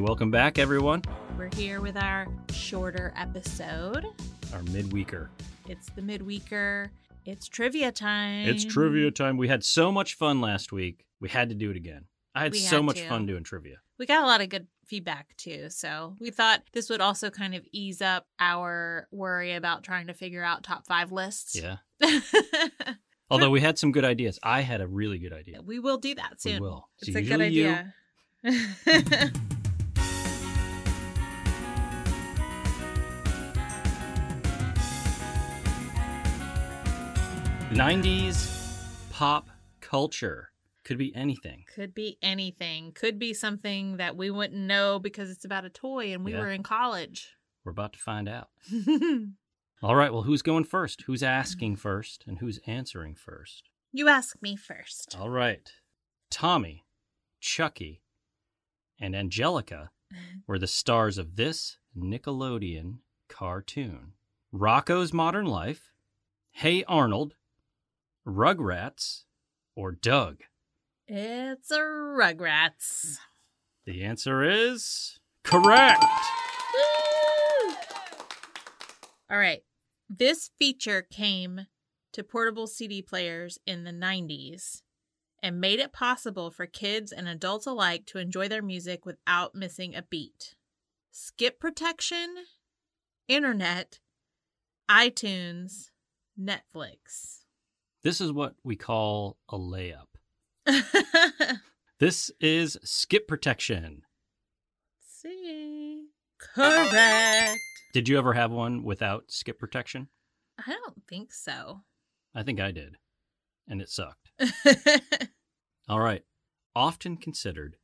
welcome back, everyone. We're here with our shorter episode. Our midweeker. It's the midweeker. It's trivia time. It's trivia time. We had so much fun last week. We had to do it again. I had We so had much to. fun doing trivia. We got a lot of good feedback too. So we thought this would also kind of ease up our worry about trying to figure out top five lists. Yeah. Yeah. Although we had some good ideas. I had a really good idea. we will do that soon. We will. It's So a good usually you- idea. '90s pop culture could be anything. Could be anything. Could be something that we wouldn't know because it's about a toy and we Yeah. were in college. We're about to find out. All right. Well, who's going first? Who's asking first, and who's answering first? you ask me first. All right. Tommy, Chucky, and Angelica were the stars of this Nickelodeon cartoon. Rocco's Modern Life, Hey Arnold, Rugrats, or Doug? It's a Rugrats. The answer is correct. Woo! All right. This feature came to portable CD players in the 90s and made it possible for kids and adults alike to enjoy their music without missing a beat. Skip protection, internet, iTunes, Netflix. This is what we call a layup. This is skip protection. See. Correct. Did you ever have one without skip protection? I don't think so. I think I did, and it sucked. All right. Often considered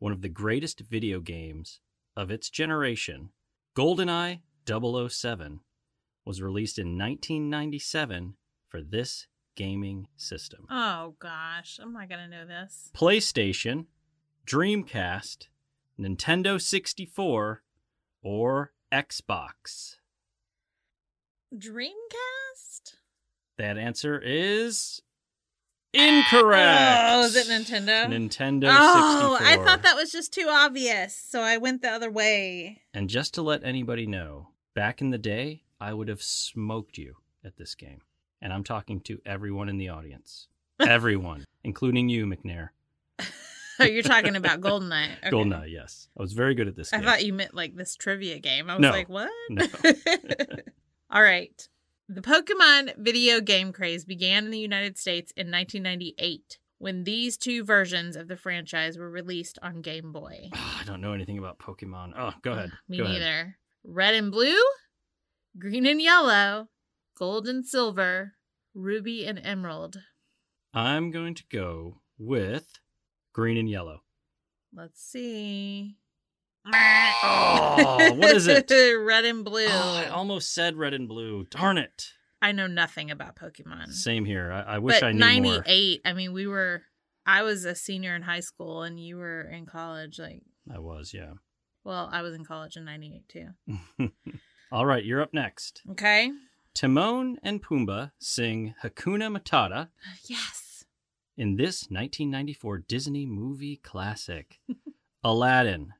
one of the greatest video games of its generation, GoldenEye 007 was released in 1997 for this gaming system. oh gosh, I'm not gonna know this. PlayStation, Dreamcast, Nintendo 64, or Xbox. Dreamcast? That answer is incorrect. Oh, is it Nintendo? Nintendo oh, 64. I thought that was just too obvious, so I went the other way. And just to let anybody know, back in the day, I would have smoked you at this game. And I'm talking to everyone in the audience. Everyone, including you, McNair. Oh, you're talking about Goldeneye. Okay. Goldeneye, yes. I was very good at this I game. thought you meant like this trivia game. I was No. like, what? No. All right. The Pokemon video game craze began in the United States in 1998 when these two versions of the franchise were released on Game Boy. Ah, I don't know anything about Pokemon. Oh, go ahead. Me go neither. Ahead. Red and blue, green and yellow, gold and silver, ruby and emerald. I'm going to go with green and yellow. Let's see. Oh, what is it? Red and blue. Oh, I almost said red and blue. Darn it. I know nothing about Pokemon. Same here. I, I wish but I knew more. 98, I mean, we were, I was a senior in high school and you were in college. Like, I was, yeah. well, I was in college in 98 too. All right, you're up next. Okay. Timon and Pumbaa sing Hakuna Matata Yes. in this 1994 Disney movie classic Aladdin,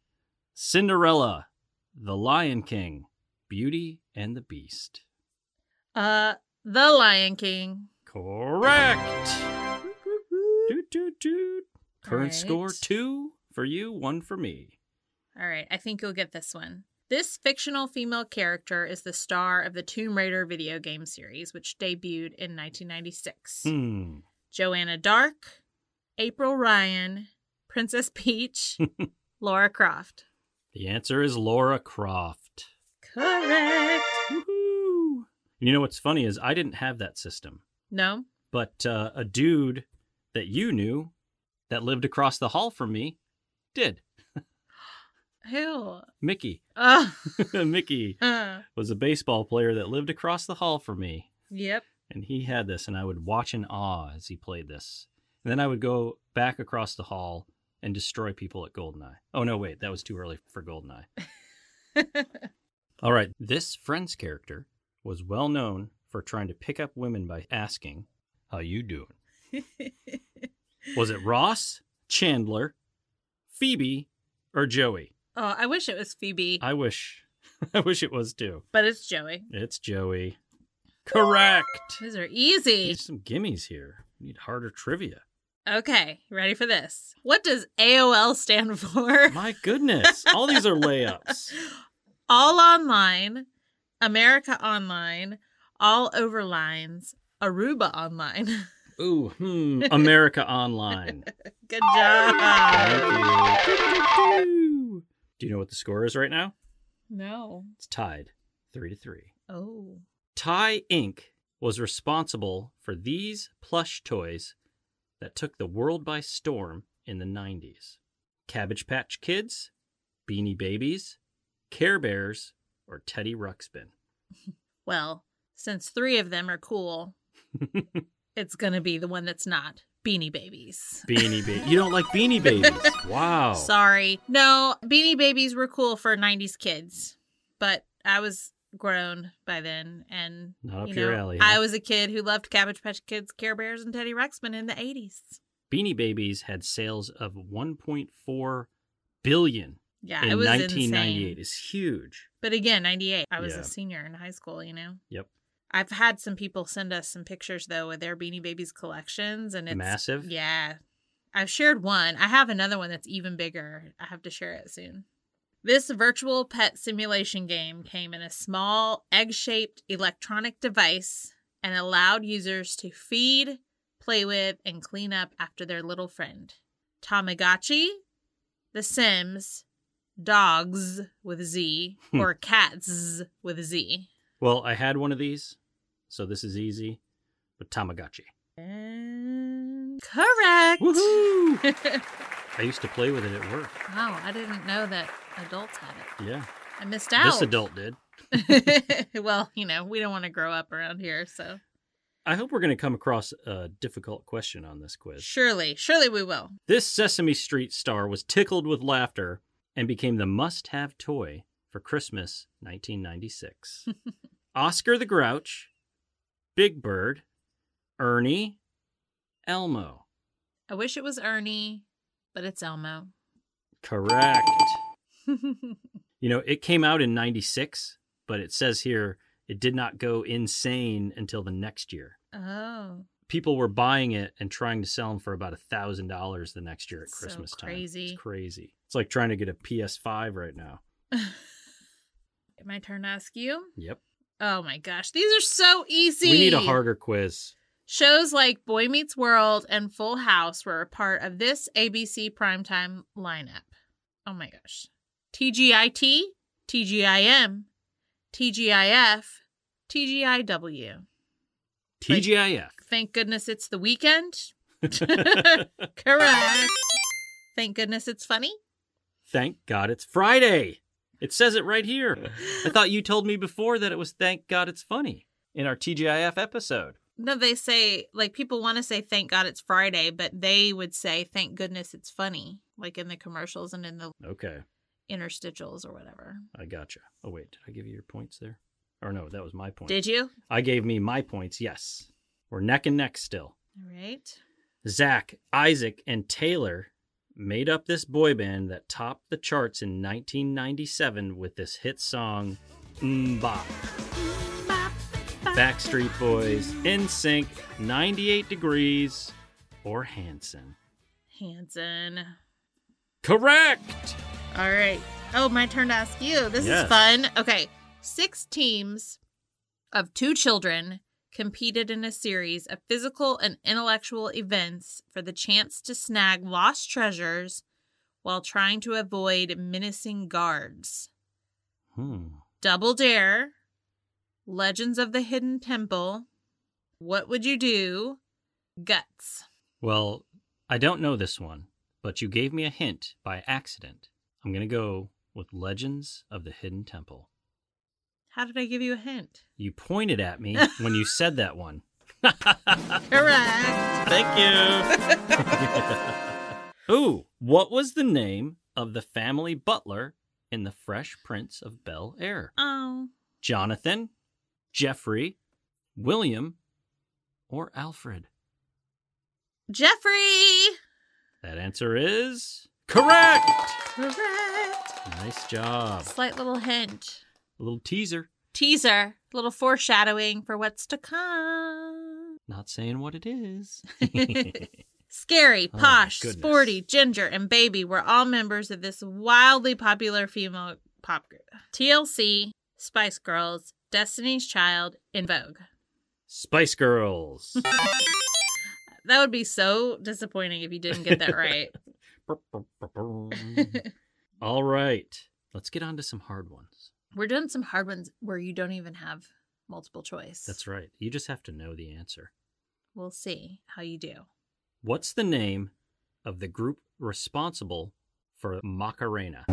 Cinderella, The Lion King, Beauty and the Beast. Uh, The Lion King. Correct. Whoop, whoop, whoop. Doot, doot, doot. Current Right. score two for you, one for me. All right, I think you'll get this one. This fictional female character is the star of the Tomb Raider video game series, which debuted in 1996. Hmm. Joanna Dark, April Ryan, Princess Peach, Laura Croft. The answer is Laura Croft. Correct. Woohoo! You know what's funny is I didn't have that system. No? but uh, a dude that you knew that lived across the hall from me did. Who? Mickey. Oh. Mickey uh, was a baseball player that lived across the hall from me, yep. and he had this, and I would watch in awe as he played this. And then I would go back across the hall and destroy people at Goldeneye. Oh, no, wait, that was too early for Goldeneye. All right, this Friends character was well known for trying to pick up women by asking, How you doing? Was it Ross, Chandler, Phoebe, or Joey? Oh, I wish it was Phoebe, I wish. I wish it was too. but it's Joey. It's Joey. Correct. These are easy. Need some gimmies here. We need harder trivia. Okay, ready for this? What does AOL stand for? My goodness. All these are layups. All online, America online, all over lines, Aruba online. Ooh, hmm. America Online. Good job. Thank you. Do you know what the score is right now? No. It's tied three to three. Oh. Tie Inc. was responsible for these plush toys that took the world by storm in the 90s Cabbage Patch Kids, Beanie Babies, Care Bears, or Teddy Ruxpin. Well, since three of them are cool, it's going to be the one that's not Beanie Babies. Beanie Babies. You don't like Beanie Babies? Wow. Sorry. No, Beanie Babies were cool for 90s kids, but I was grown by then and Not up you your know, alley. I huh? was a kid who loved Cabbage Patch Kids, Care Bears, and Teddy Ruxpin in the 80s. Beanie Babies had sales of 1.4 billion Yeah, in it was 1998. insane. It's huge. But again, 98. I was Yeah. a senior in high school, you know? Yep. I've had some people send us some pictures, though, of their Beanie Babies collections, and it's Massive. Yeah. I've shared one. I have another one that's even bigger. I have to share it soon. This virtual pet simulation game came in a small, egg shaped electronic device and allowed users to feed, play with, and clean up after their little friend. Tamagotchi, The Sims, Dogs with Z, Hmm. or Cats with Z. Well, I had one of these, so this is easy. But Tamagotchi. And correct. Woohoo! wow, I used to play with it at work. I didn't know that adults had it. Yeah. I missed out. This adult did. well, you know, we don't want to grow up around here, so I hope we're going to come across a difficult question on this quiz. surely, surely we will. This Sesame Street star was tickled with laughter and became the must have toy for Christmas 1996. Oscar the Grouch, Big Bird, Ernie, Elmo. I wish it was Ernie, but it's Elmo. Oh, Correct. You know, it came out in 96, but it says here it did not go insane until the next year. oh, People were buying it and trying to sell them for about $1,000 the next year at So Christmas time. crazy. It's crazy. It's like trying to get a PS5 right now. my turn to ask you. Yep. Oh my gosh, these are so easy. We need a harder quiz. Shows like Boy Meets World and Full House were a part of this ABC primetime lineup. Oh my gosh. TGIT, TGIM, TGIF, TGIW. Like- TGIF. Thank goodness it's the weekend. Correct. Thank goodness it's funny. Thank God it's Friday. It says it right here. I thought you told me before that it was Thank God It's Funny in our TGIF episode. No, they say, like, people want to say thank God it's Friday, but they would say thank goodness it's funny, like in the commercials and in the Okay. interstitials or whatever. I gotcha. Oh, wait. Did I give you your points there? Or no, that was my point. Did you? I gave me my points, yes. We're neck and neck still. All right. Zach, Isaac, and Taylor made up this boy band that topped the charts in 1997 with this hit song, Mbop. Backstreet Boys, NSYNC, 98 Degrees, or Hanson. Hanson. Correct! All right. Oh, my turn to ask you. This Yes. is fun. Okay. Six teams of two children competed in a series of physical and intellectual events for the chance to snag lost treasures while trying to avoid menacing guards. Hmm. Double Dare, Legends of the Hidden Temple, What Would You Do? Guts. Well, I don't know this one, but you gave me a hint by accident. I'm going to go with Legends of the Hidden Temple. How did I give you a hint? You pointed at me when you said that one. Correct. Thank you. Ooh, what was the name of the family butler in The Fresh Prince of Bel Air? Oh. Jonathan, Jeffrey, William, or Alfred? Jeffrey! That answer is correct. Correct. Nice. Nice job. Slight little hint, A little teaser. teaser, little foreshadowing for what's to come. Not saying what it is. Scary, Oh, my Posh, goodness. Sporty, Ginger, and Baby were all members of this wildly popular female pop group. TLC, Spice Girls, Destiny's Child, and Vogue. Spice Girls. That would be so disappointing if you didn't get that right. Mm. All right. Let's get on to some hard ones. We're doing some hard ones where you don't even have multiple choice. That's right. You just have to know the answer. We'll see how you do. What's the name of the group responsible for Macarena?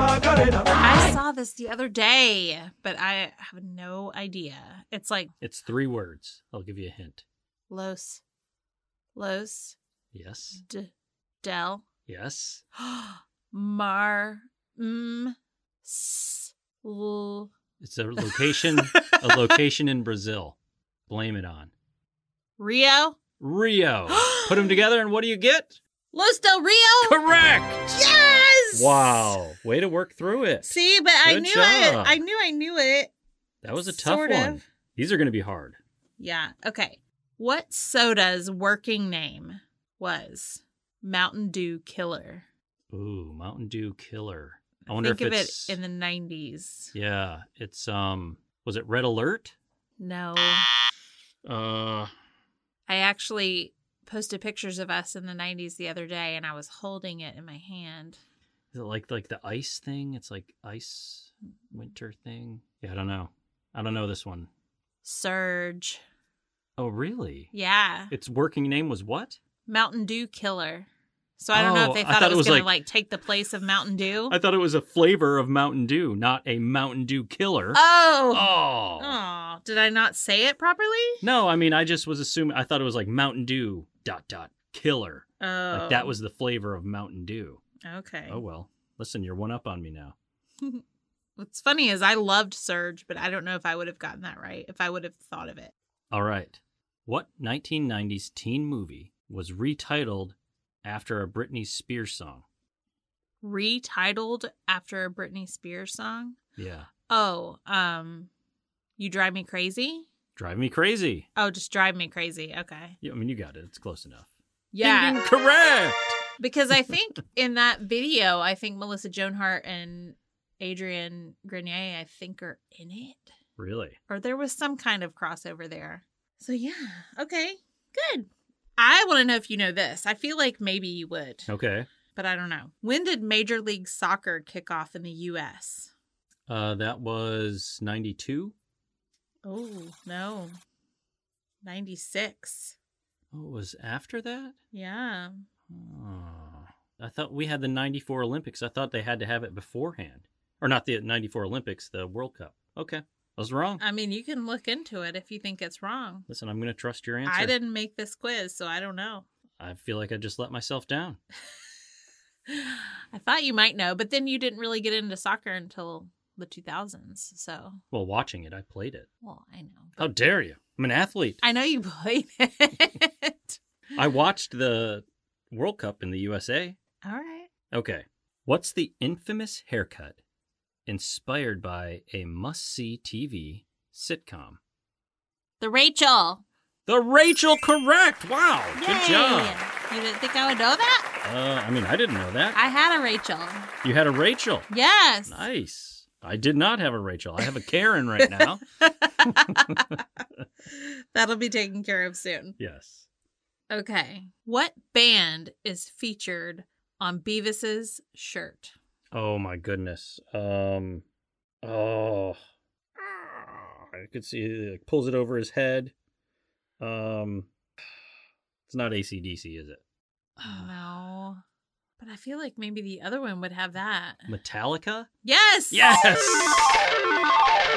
I saw this the other day, but I have no idea. It's like It's three words. I'll give you a hint. Los, Los, Yes. D, Del, Yes. Mar, M, S, L. It's a location a location in Brazil. Blame it on Rio? Rio. Put them together and what do you get? Los Del Rio? Correct. Yes! Wow. Way to work through it. See, but I Good knew job. it. I knew I knew it. that was a tough sort one. of. These are going to be hard. Yeah. Okay. What soda's working name was Mountain Dew Killer? Ooh, Mountain Dew Killer. I wonder Think if of it's it in the 90s. Yeah, it's um was it Red Alert? No. Uh I actually posted pictures of us in the 90s the other day and I was holding it in my hand. is it like like the ice thing? It's like ice winter thing. Yeah, I don't know. I don't know this one. Surge. Oh, really? Yeah. Its working name was what? Mountain Dew Killer. So I don't know Oh, if they I thought, it was, going to like take the place of Mountain Dew. I thought it was a flavor of Mountain Dew, not a Mountain Dew killer. oh. Oh. Oh. Did I not say it properly? No, I mean I just was assuming I thought it was like Mountain Dew dot dot killer. Oh. Like that was the flavor of Mountain Dew. Okay. Oh well. Listen, you're one up on me now. What's funny is I loved Surge, but I don't know if I would have gotten that right if I would have thought of it. All right. What 1990s teen movie was retitled after a Britney Spears song? Retitled after a Britney Spears song. Yeah. Oh, um, You Drive Me Crazy? Drive Me Crazy. Oh, just Drive Me Crazy. Okay. Yeah, I mean, you got it. It's close enough. Yeah. Ding, ding, correct. Because I think in that video, I think Melissa Joan Hart and Adrian Grenier, I think, are in it. Really? Or there was some kind of crossover there. So yeah. Okay. Good. I want to know if you know this. I feel like maybe you would, Okay. but I don't know. When did Major League Soccer kick off in the U.S.? Uh, that was 92. Oh no, ninety six. Oh, it was after that? Yeah. Oh. I thought we had the 94 Olympics. I thought they had to have it beforehand. Or not the 94 Olympics, the World Cup. Okay. I was wrong. I mean, you can look into it if you think it's wrong. Listen, I'm going to trust your answer. I didn't make this quiz, so I don't know. I feel like I just let myself down. I thought you might know, but then you didn't really get into soccer until the 2000s. So, Well, watching it, I played it. well, I know. How dare you? I'm an athlete. I know you played it. I watched the World Cup in the USA. All right. Okay. What's the infamous haircut inspired by a must see TV sitcom? The Rachel. The Rachel Correct. Wow. Good Yay! job. You didn't think I would know that? Uh, I mean, I didn't know that. I had a Rachel. You had a Rachel. Yes. Nice. I did not have a Rachel. I have a Karen right now. That'll be taken care of soon. yes. Okay. What band is featured on Beavis's shirt? Oh my goodness. Um oh Ah, I could see it like, pulls it over his head. Um it's not ACDC, is it? Oh, No. But I feel like maybe the other one would have that. Metallica? Yes. Yes.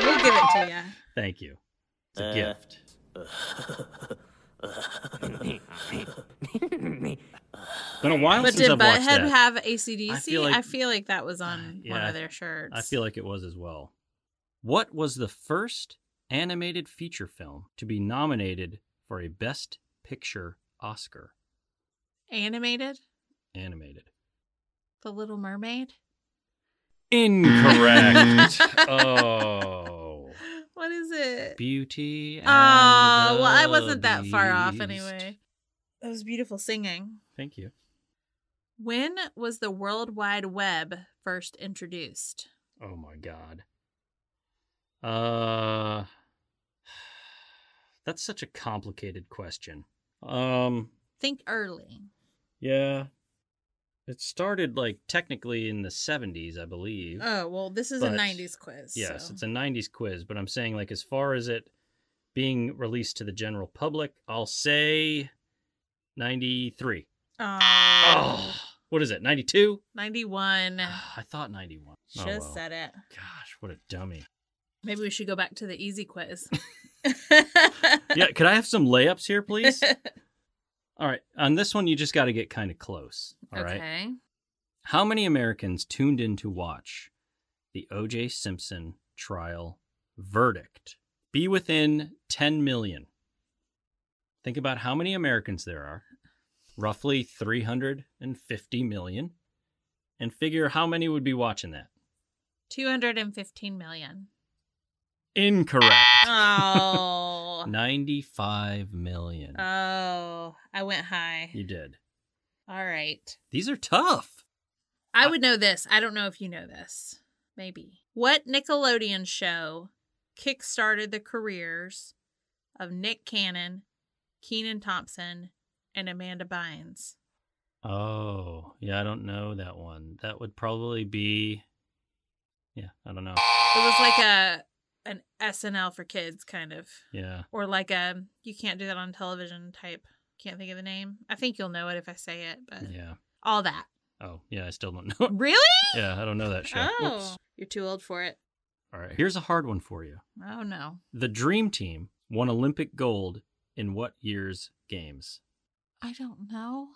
We'll give it to you. Thank you. It's a gift. Been a while But since did I've watched Butthead that. have ACDC? I I feel feel, like- Uh, I feel like that was on one Yeah, of their shirts. I feel like it was as well. What was the first animated feature film to be nominated for a best picture Oscar? animated. Animated. The Little Mermaid. Incorrect. oh. What is it? Beauty. and Oh, well, I the wasn't that far off Beast. anyway. That was beautiful singing. Thank you. When was the World Wide Web first introduced? Oh my god. Uh That's such a complicated question. Um Think early. yeah. It started like technically in the 70s, I believe. Oh, well, this is a But- 90s quiz. yes, so- it's a 90s quiz, but I'm saying like as far as it being released to the general public, I'll say 93. Aw, Oh, what is it? 92? 91. I thought 91. Should oh, have well. said it. Gosh, what a dummy. Maybe we should go back to the easy quiz. yeah, could I have some layups here, please? All right. On this one, you just got to get kind of close. All right. Okay. How many Americans tuned in to watch the O.J. Simpson trial verdict? Be within 10 million. Think about how many Americans there are roughly 350 million and figure how many would be watching that. 215 million. Incorrect. Oh. 95 million. Oh, I went high. you did. All right. These are tough. I would know this. I don't know if you know this. Maybe. What Nickelodeon show kickstarted the careers of Nick Cannon, Keenan Thompson, and Amanda Bynes? Oh, yeah, I don't know that one. That would probably be Yeah, I don't know. It was like a an SNL for kids kind of Yeah. or like a you can't do that on television type. Can't think of the name. I think you'll know it if I say it, but Yeah. all that. Oh, yeah, I still don't know. Really? yeah, I don't know that show. Oh. Oops. You're too old for it. All right. Here's a hard one for you. Oh no. The Dream Team won Olympic gold in what year's games? I don't know.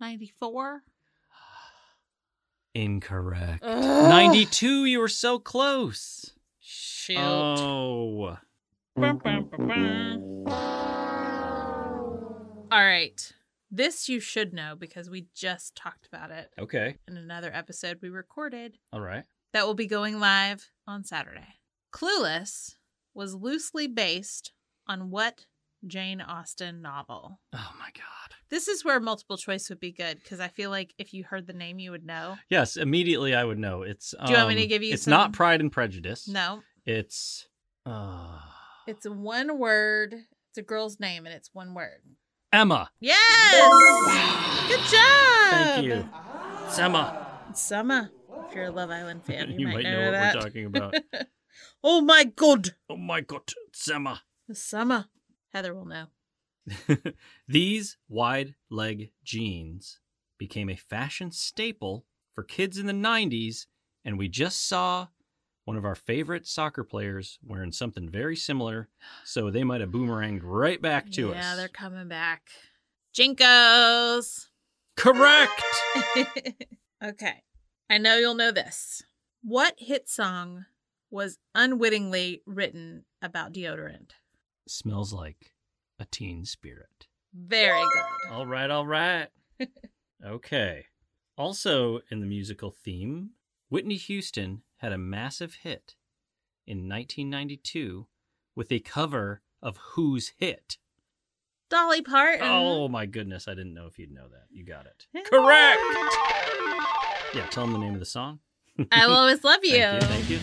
94? Incorrect. 92, you were so close. Shoot. Oh. Bum, bum, bum, bum. All right. This you should know because we just talked about it Okay. in another episode we recorded All right. that will be going live on Saturday. Clueless was loosely based on what Jane Austen novel? Oh my god. This is where multiple choice would be good because I feel like if you heard the name, you would know. Yes, immediately I would know. It's um, you want me to give you It's some- not Pride and Prejudice. No, It's uh, It's one word. It's a girl's name and it's one word. Emma. Yes! Good job! Thank you. It's Emma. It's Summer. If you're a Love Island fan, you, might, know, what that. we're talking about. oh my god! oh my god, it's Emma. It's Summer. Heather will know. These wide leg jeans became a fashion staple for kids in the 90s, and we just saw one of our favorite soccer players wearing something very similar, so they might have boomeranged right back to yeah, us. they're coming back. Jinkos! Correct! okay. I know you'll know this. What hit song was unwittingly written about deodorant? Smells like a teen spirit. Very good. All right, all right. okay. Also, in the musical theme, Whitney Houston had a massive hit in 1992 with a cover of Who's Hit. Dolly Parton. Oh my goodness, I didn't know if you'd know that. You got it. Yeah, tell them the name of the song. I will always love you. Thank you, thank you,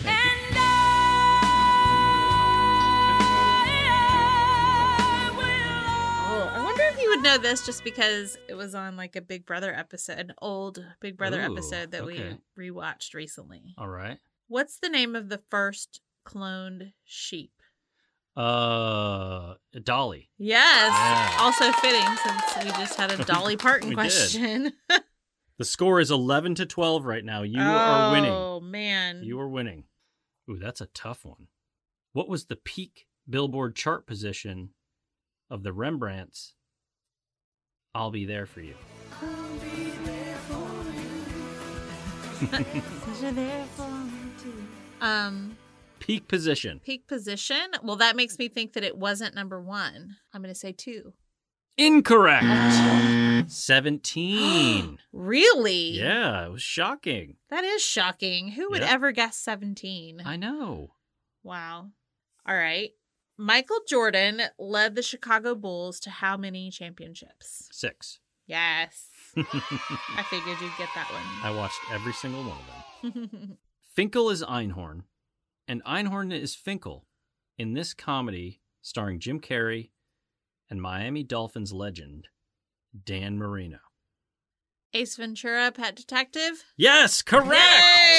thank you. Oh, I wonder if you would know this just because it was on like a Big Brother episode, an old Big Brother Ooh, episode that okay. Oh. we rewatched recently. All right. What's the name of the first cloned sheep? Uh, Dolly. Yes. Yeah. Also fitting since we just had a Dolly Parton Ah. We did. question. The score is 11 to 12 right now. You are winning. Oh man. You were winning. Ooh, that's a tough one. What was the peak Billboard chart position of the Rembrandts? I'll be there for you. um Peak position. peak position. Well, that makes me think that it wasn't number one. I'm gonna say two. Incorrect. 17. really? yeah, it was shocking. That is shocking. Who would Yeah. ever guess 17? I know. Wow. All right. Michael Jordan led the Chicago Bulls to how many championships? Six. Yes. I I figured you'd get that watched every single one of them. one. Finkel is Einhorn, and Einhorn is Finkel in this comedy starring Jim Carrey and Miami Dolphins legend Dan Marino. Ace Ventura, Pet Detective. Yes, correct.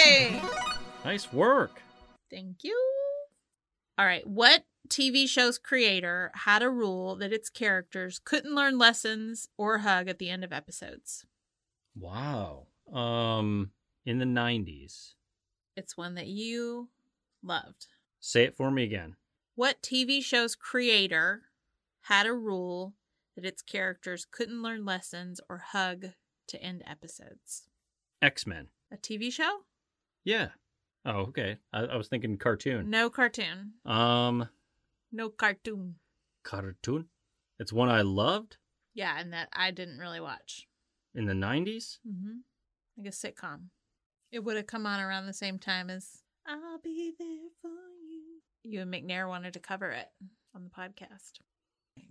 Yay! Nice work. Thank you. All right. What TV show's creator had a rule that its characters couldn't learn lessons or hug at the end of episodes? Wow. Um, in the '90s. It's one that you loved. Say it for me again. What TV show's creator had a rule that its characters couldn't learn lessons or hug to end episodes? X Men. A TV show? Yeah. Oh, okay. I, I was thinking cartoon. No cartoon. Um, No cartoon. cartoon. It's one I loved Yeah, and that I didn't really watch. in the '90s. Mm-hmm. Like a sitcom. It would have come on around the same time as I'll be there for you. You and McNair wanted to cover it on the podcast.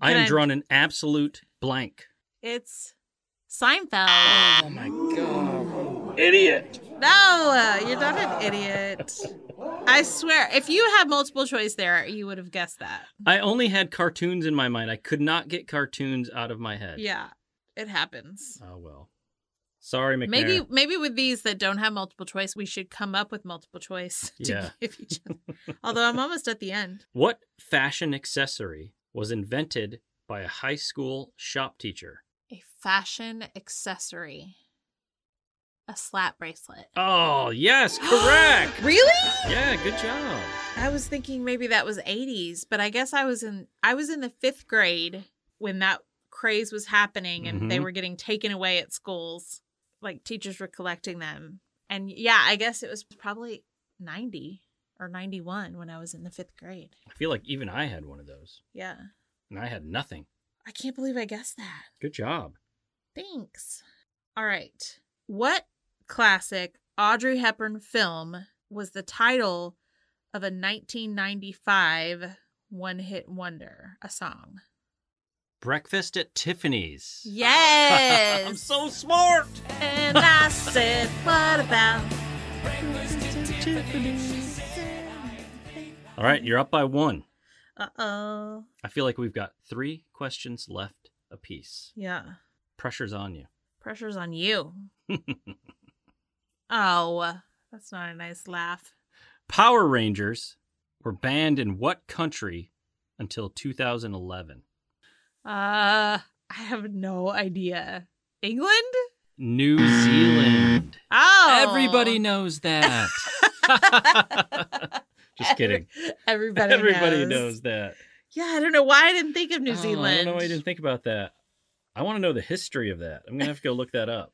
I am I'm- drawn an absolute blank. It's Seinfeld. Oh my god. Idiot. No, you're not an idiot. I swear, if you had multiple choice there, you would have guessed that. I only had cartoons in my mind. I could not get cartoons out of my head. Yeah, it happens. Oh well. Sorry, McNair. Maybe maybe with these that don't have multiple choice, we should come up with multiple choice to Yeah. give each other. Although I'm almost at the end. What fashion accessory was invented by a high school shop teacher? A fashion accessory. A slap bracelet. Oh, yes, correct. really? yeah, good job. I was thinking maybe that was 80s, but I guess I was in I was in the 5th grade when that craze was happening and they Mhm. were getting taken away at schools. Like teachers were collecting them. And yeah, I guess it was probably 90 or 91 when I was in the 5th grade. I feel like even I had one of those, Yeah. and I had nothing. I can't believe I guessed that. Good job. Thanks. All right. What classic Audrey Hepburn film was the title of a 1995 one hit wonder, a song? Breakfast at Tiffany's. Yes. I'm so smart. and I said, what about? All right, you're up by one. Uh oh. I feel like we've got three questions left apiece. Yeah. Pressure's on you. Pressure's on you. oh, that's not a nice laugh. Power Rangers were banned in what country until 2011? Uh, I have no idea. England? New Zealand. Oh. Everybody knows that. Just kidding. Everybody, Everybody knows that. Yeah, I don't know why I didn't think of New Oh, Zealand. I don't know why you didn't think about that. I want to know the history of that. I'm going to have to go look that up.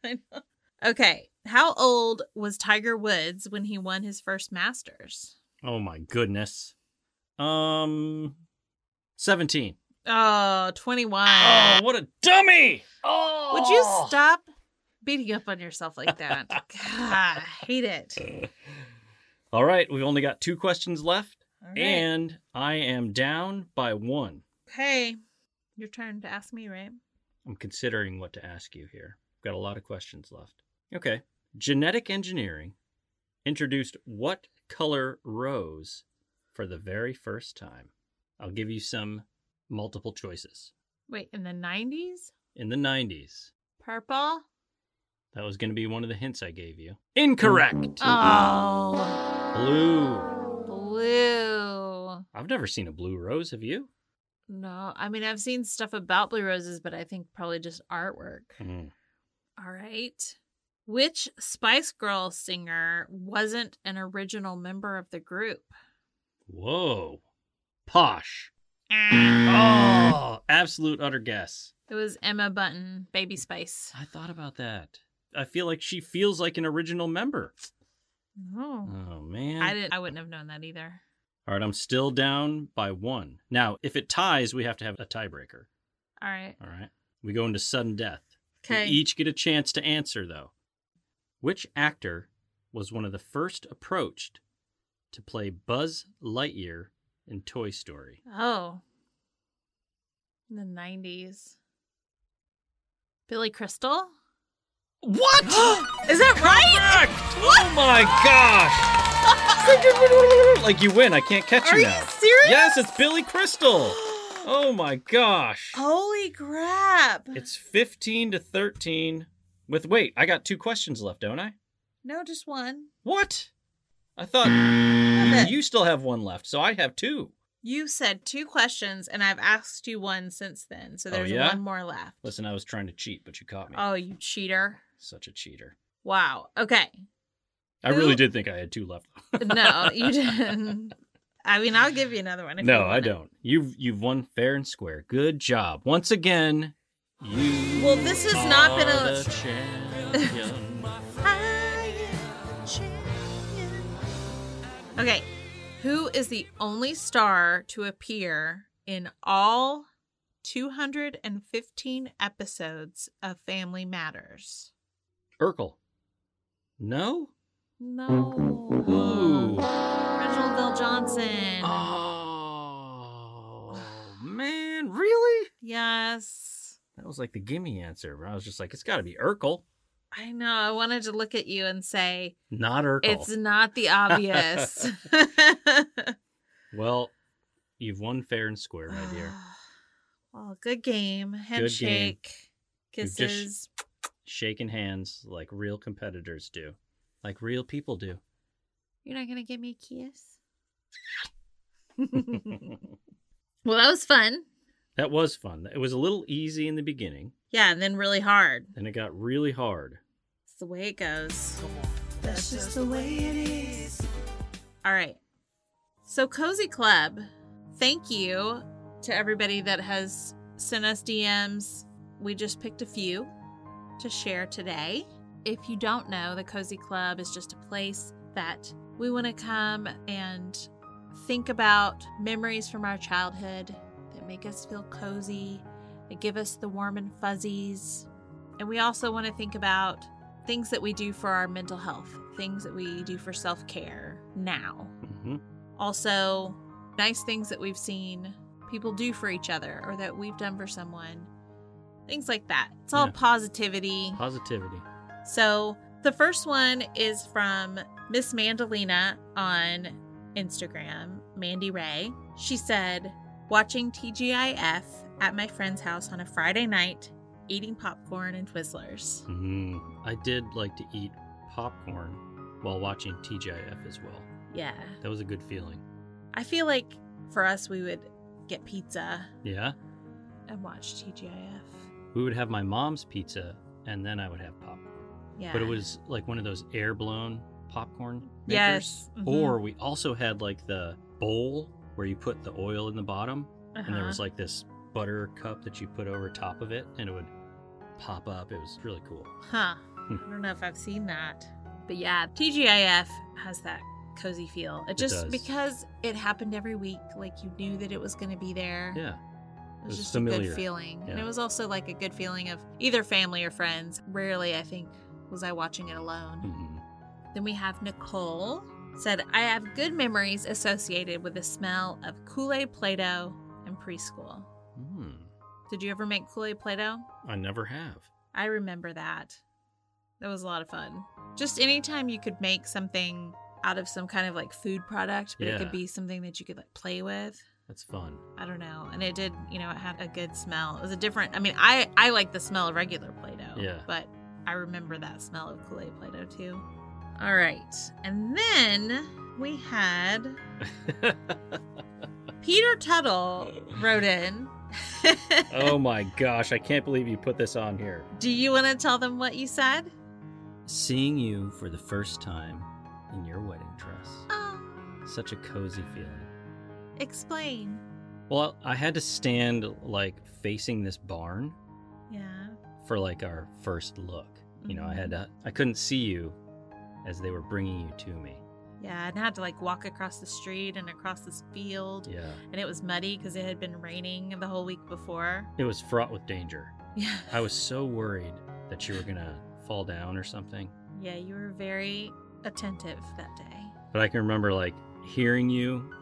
Okay. How old was Tiger Woods when he won his first Masters? Oh my goodness. Um 17. Oh, 21. Ah. Oh, what a dummy. Oh. Would you stop beating up on yourself like that? God, I hate it. All right, we've only got two questions left. All right. And I am down by one. hey, your turn to ask me, right? I'm considering what to ask you here. Got a lot of questions left. Okay. Genetic engineering introduced what color rose for the very first time? I'll give you some multiple choices. Wait, in the 90s? In the 90s, Purple? that was going to be one of the hints I gave you. Incorrect. Ah. Oh, Blue. blue. I've never seen a blue rose, have you? No, I mean, I've seen stuff about blue roses, but I think probably just artwork. Mm. All right. Which Spice Girl singer wasn't an original member of the group? Whoa. Posh. it Ah. Oh, absolute utter guess. was Emma Button, Baby Spice. I thought about that. I feel like she feels like an original member. No. Oh man. I didn't I wouldn't have known that either. All right, I'm still down by one. Now, if it ties, we have to have a tiebreaker. All right. All right. We go into sudden death. Okay. We each get a chance to answer, though. Which actor was one of the first approached to play Buzz Lightyear in Toy Story? oh. In the 90s. Billy Crystal? What? Is that right? Oh my gosh! like you win, I can't catch Are you you now. serious? Yes, it's Billy Crystal. Oh my gosh! Holy crap. It's fifteen to thirteen. With wait, I got two questions left, don't I? No, just one. What? I thought Love it. you still have one left, so I have two. You said two questions, and I've asked you one since then. So Oh, there's yeah? one more left. Listen, I was trying to cheat, but you caught me. Oh, you cheater. Such a cheater. Wow. Okay. I Who- really did think I had two left. No, you didn't. I mean, I'll give you another one. If you No, I want it. don't. You've you've won fair and square. Good job. Once again, you Well, this has not been are a. the champion. I am the champion. Okay. Who is the only star to appear in all 215 episodes of Family Matters? Urkel. No? No. Ooh. Reginald Bill Johnson. Oh man, really? Yes. That was like the gimme answer. where I was just like, it's gotta be Urkel. I know. I wanted to look at you and say, Not Urkel. it's not the obvious. Well, you've won fair and square, my dear. well, good game. Handshake. You've just- Kisses. Shaking hands like real competitors do. Like real people do. You're not going to give me a kiss? well, that was fun. that was fun. It was a little easy in the beginning. Yeah, and then really hard. Then it got really hard. It's the way it goes. That's just the way it is. All right. So, Cozy Club, thank you to everybody that has sent us DMs. We just picked a few to share today. If you don't know, the Cozy Club is just a place that we want to come and think about memories from our childhood that make us feel cozy, that give us the warm and fuzzies. And we also want to think about things that we do for our mental health, things that we do for self care now. hmm Also, nice things that we've seen people do for each other or that we've done for someone, things like that. It's all Yeah. positivity. Positivity. So, the first one is from Miss Mandolina on Instagram, Mandy Ray. She said, Watching TGIF at my friend's house on a Friday night, eating popcorn and Twizzlers. Mm. I did like to eat popcorn while watching TGIF as well. Yeah. That was a good feeling. I feel like for us, we would get pizza Yeah? and watch TGIF. We would have my mom's pizza and then I would have popcorn. Yeah. But it was like one of those air blown popcorn Yes, makers. mhm. Or we also had like the bowl where you put the oil in the bottom and there Uh-huh. was like this butter cup that you put over top of it and it would pop up. It was really cool. Huh. Hmm. I don't know if I've seen that. But yeah, TGIF has that cozy feel. It just does. because it happened every week, like you knew that it was going to be there. Yeah. it was was just a familiar. good feeling. And Yeah. it was also like a good feeling of either family or friends. Rarely, I think, was I watching it alone. Mhm. Then we have Nicole said, I have good memories associated with the smell of Kool Aid Play Doh in preschool. Hmm. Did you ever make Kool Aid Play Doh? I never have. I remember that. That was a lot of fun. Just anytime you could make something out of some kind of like food product, but it Yeah. could be something that you could like play with. That's fun. I don't know. And it did, you know, it had a good smell. It was a different, I mean, I, I like the smell of regular Play Doh. Yeah. But I remember that smell of Kool Aid Play Doh too. All right. And then we had Peter Tuttle wrote in. oh my gosh, I can't believe you put this on here. Do you want to tell them what you said? Seeing you for the first time in your wedding dress. Oh, Such a cozy feeling. explain. Well, I had to stand like facing this barn Yeah. for like our first look. You know, I Mhm. had to, I couldn't see you as they were bringing you to me. Yeah, and I had to like walk across the street and across this field, Yeah. and it was muddy because it had been raining the whole week before. It was fraught with danger. Yeah. I was so worried that you were going to fall down or something. Yeah, you were very attentive that day. But I can remember like hearing you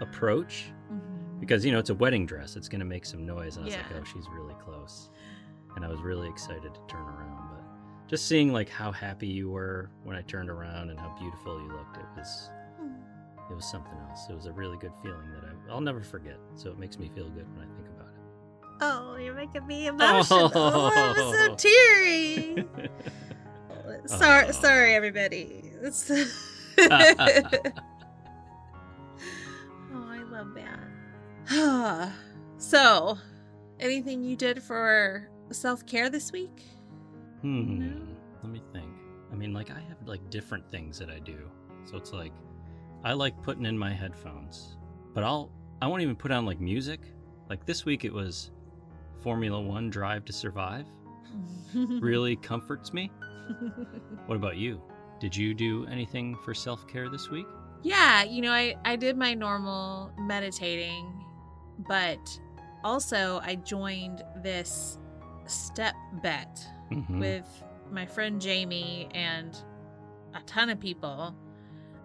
approach Mhm. because, you know, it's a wedding dress. It's going to make some noise. And I was Yeah. like, oh, she's really close. And I was really excited to turn around. But just seeing like how happy you were when I turned around and how beautiful you looked, it was. It was something else. It was a really good feeling that I, I'll never forget. So it makes me feel good when I think about it. Oh, you're making me emotional. I was so teary. sorry, Oh. sorry, everybody. It's- oh, I love that. so, anything you did for self care this week? Hmm. No? Let me think. I mean, like I have like different things that I do. So it's like I like putting in my headphones, but I'll I won't even put on like music. Like this week it was Formula 1 Drive to Survive. Mm-hmm. Really comforts me. What about you? Did you do anything for self-care this week? Yeah, you know, I, I did my normal meditating, but also I joined this step bet Mhm. with my friend Jamie and a ton of people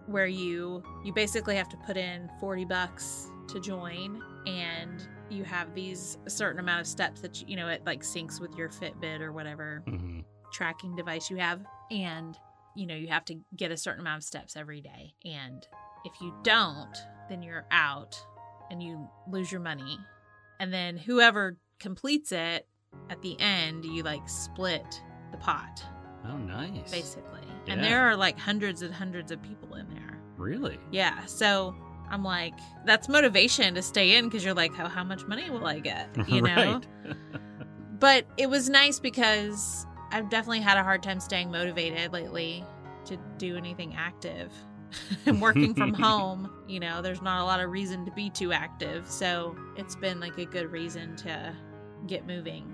where you you basically have to put in 40 bucks to join and you have these a certain amount of steps that you, you know it like syncs with your Fitbit or whatever Mhm. tracking device you have and you know you have to get a certain amount of steps every day and if you don't then you're out and you lose your money and then whoever completes it at the end you like split the pot Oh, nice. basically and Yeah. there are like hundreds and hundreds of people in there Really? yeah so i'm like that's motivation to stay in because you're like "Oh, how, how much money will i get you know right. but it was nice because I've definitely had a hard time staying motivated lately to do anything active. and working from home, you know, there's not a lot of reason to be too active. So it's been like a good reason to get moving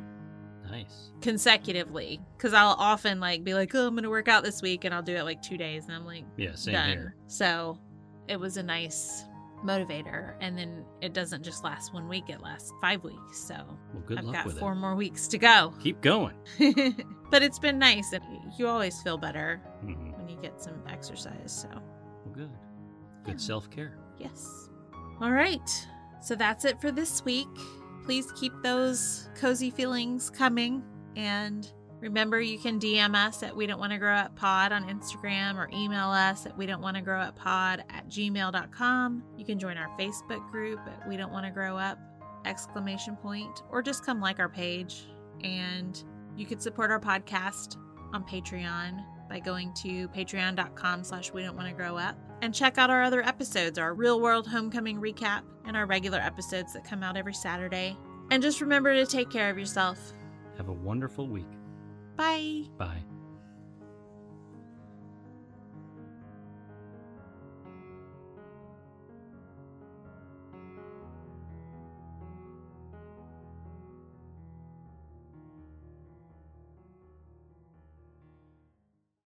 Nice. consecutively. Cause I'll often like be like, oh, I'm going to work out this week and I'll do it like two days. And I'm like, Yeah, same done. here. So it was a nice motivator. And then it doesn't just last one week, it lasts five weeks. So Well, good I've luck got with four it. more weeks to go. Keep going. but it's been nice and you always feel better Mhm. when you get some exercise so Well, good. Good Yeah. self-care. yes all right so that's it for this week please keep those cozy feelings coming and remember you can dm us at we don't want to grow up pod on instagram or email us at we don't want to grow up pod at gmail.com you can join our facebook group at we don't want to grow up exclamation point or just come like our page and you could support our podcast on Patreon by going to patreon.com slash we don't want to grow up and check out our other episodes, our real world homecoming recap and our regular episodes that come out every Saturday. And just remember to take care of yourself. Have a wonderful week. Bye. Bye.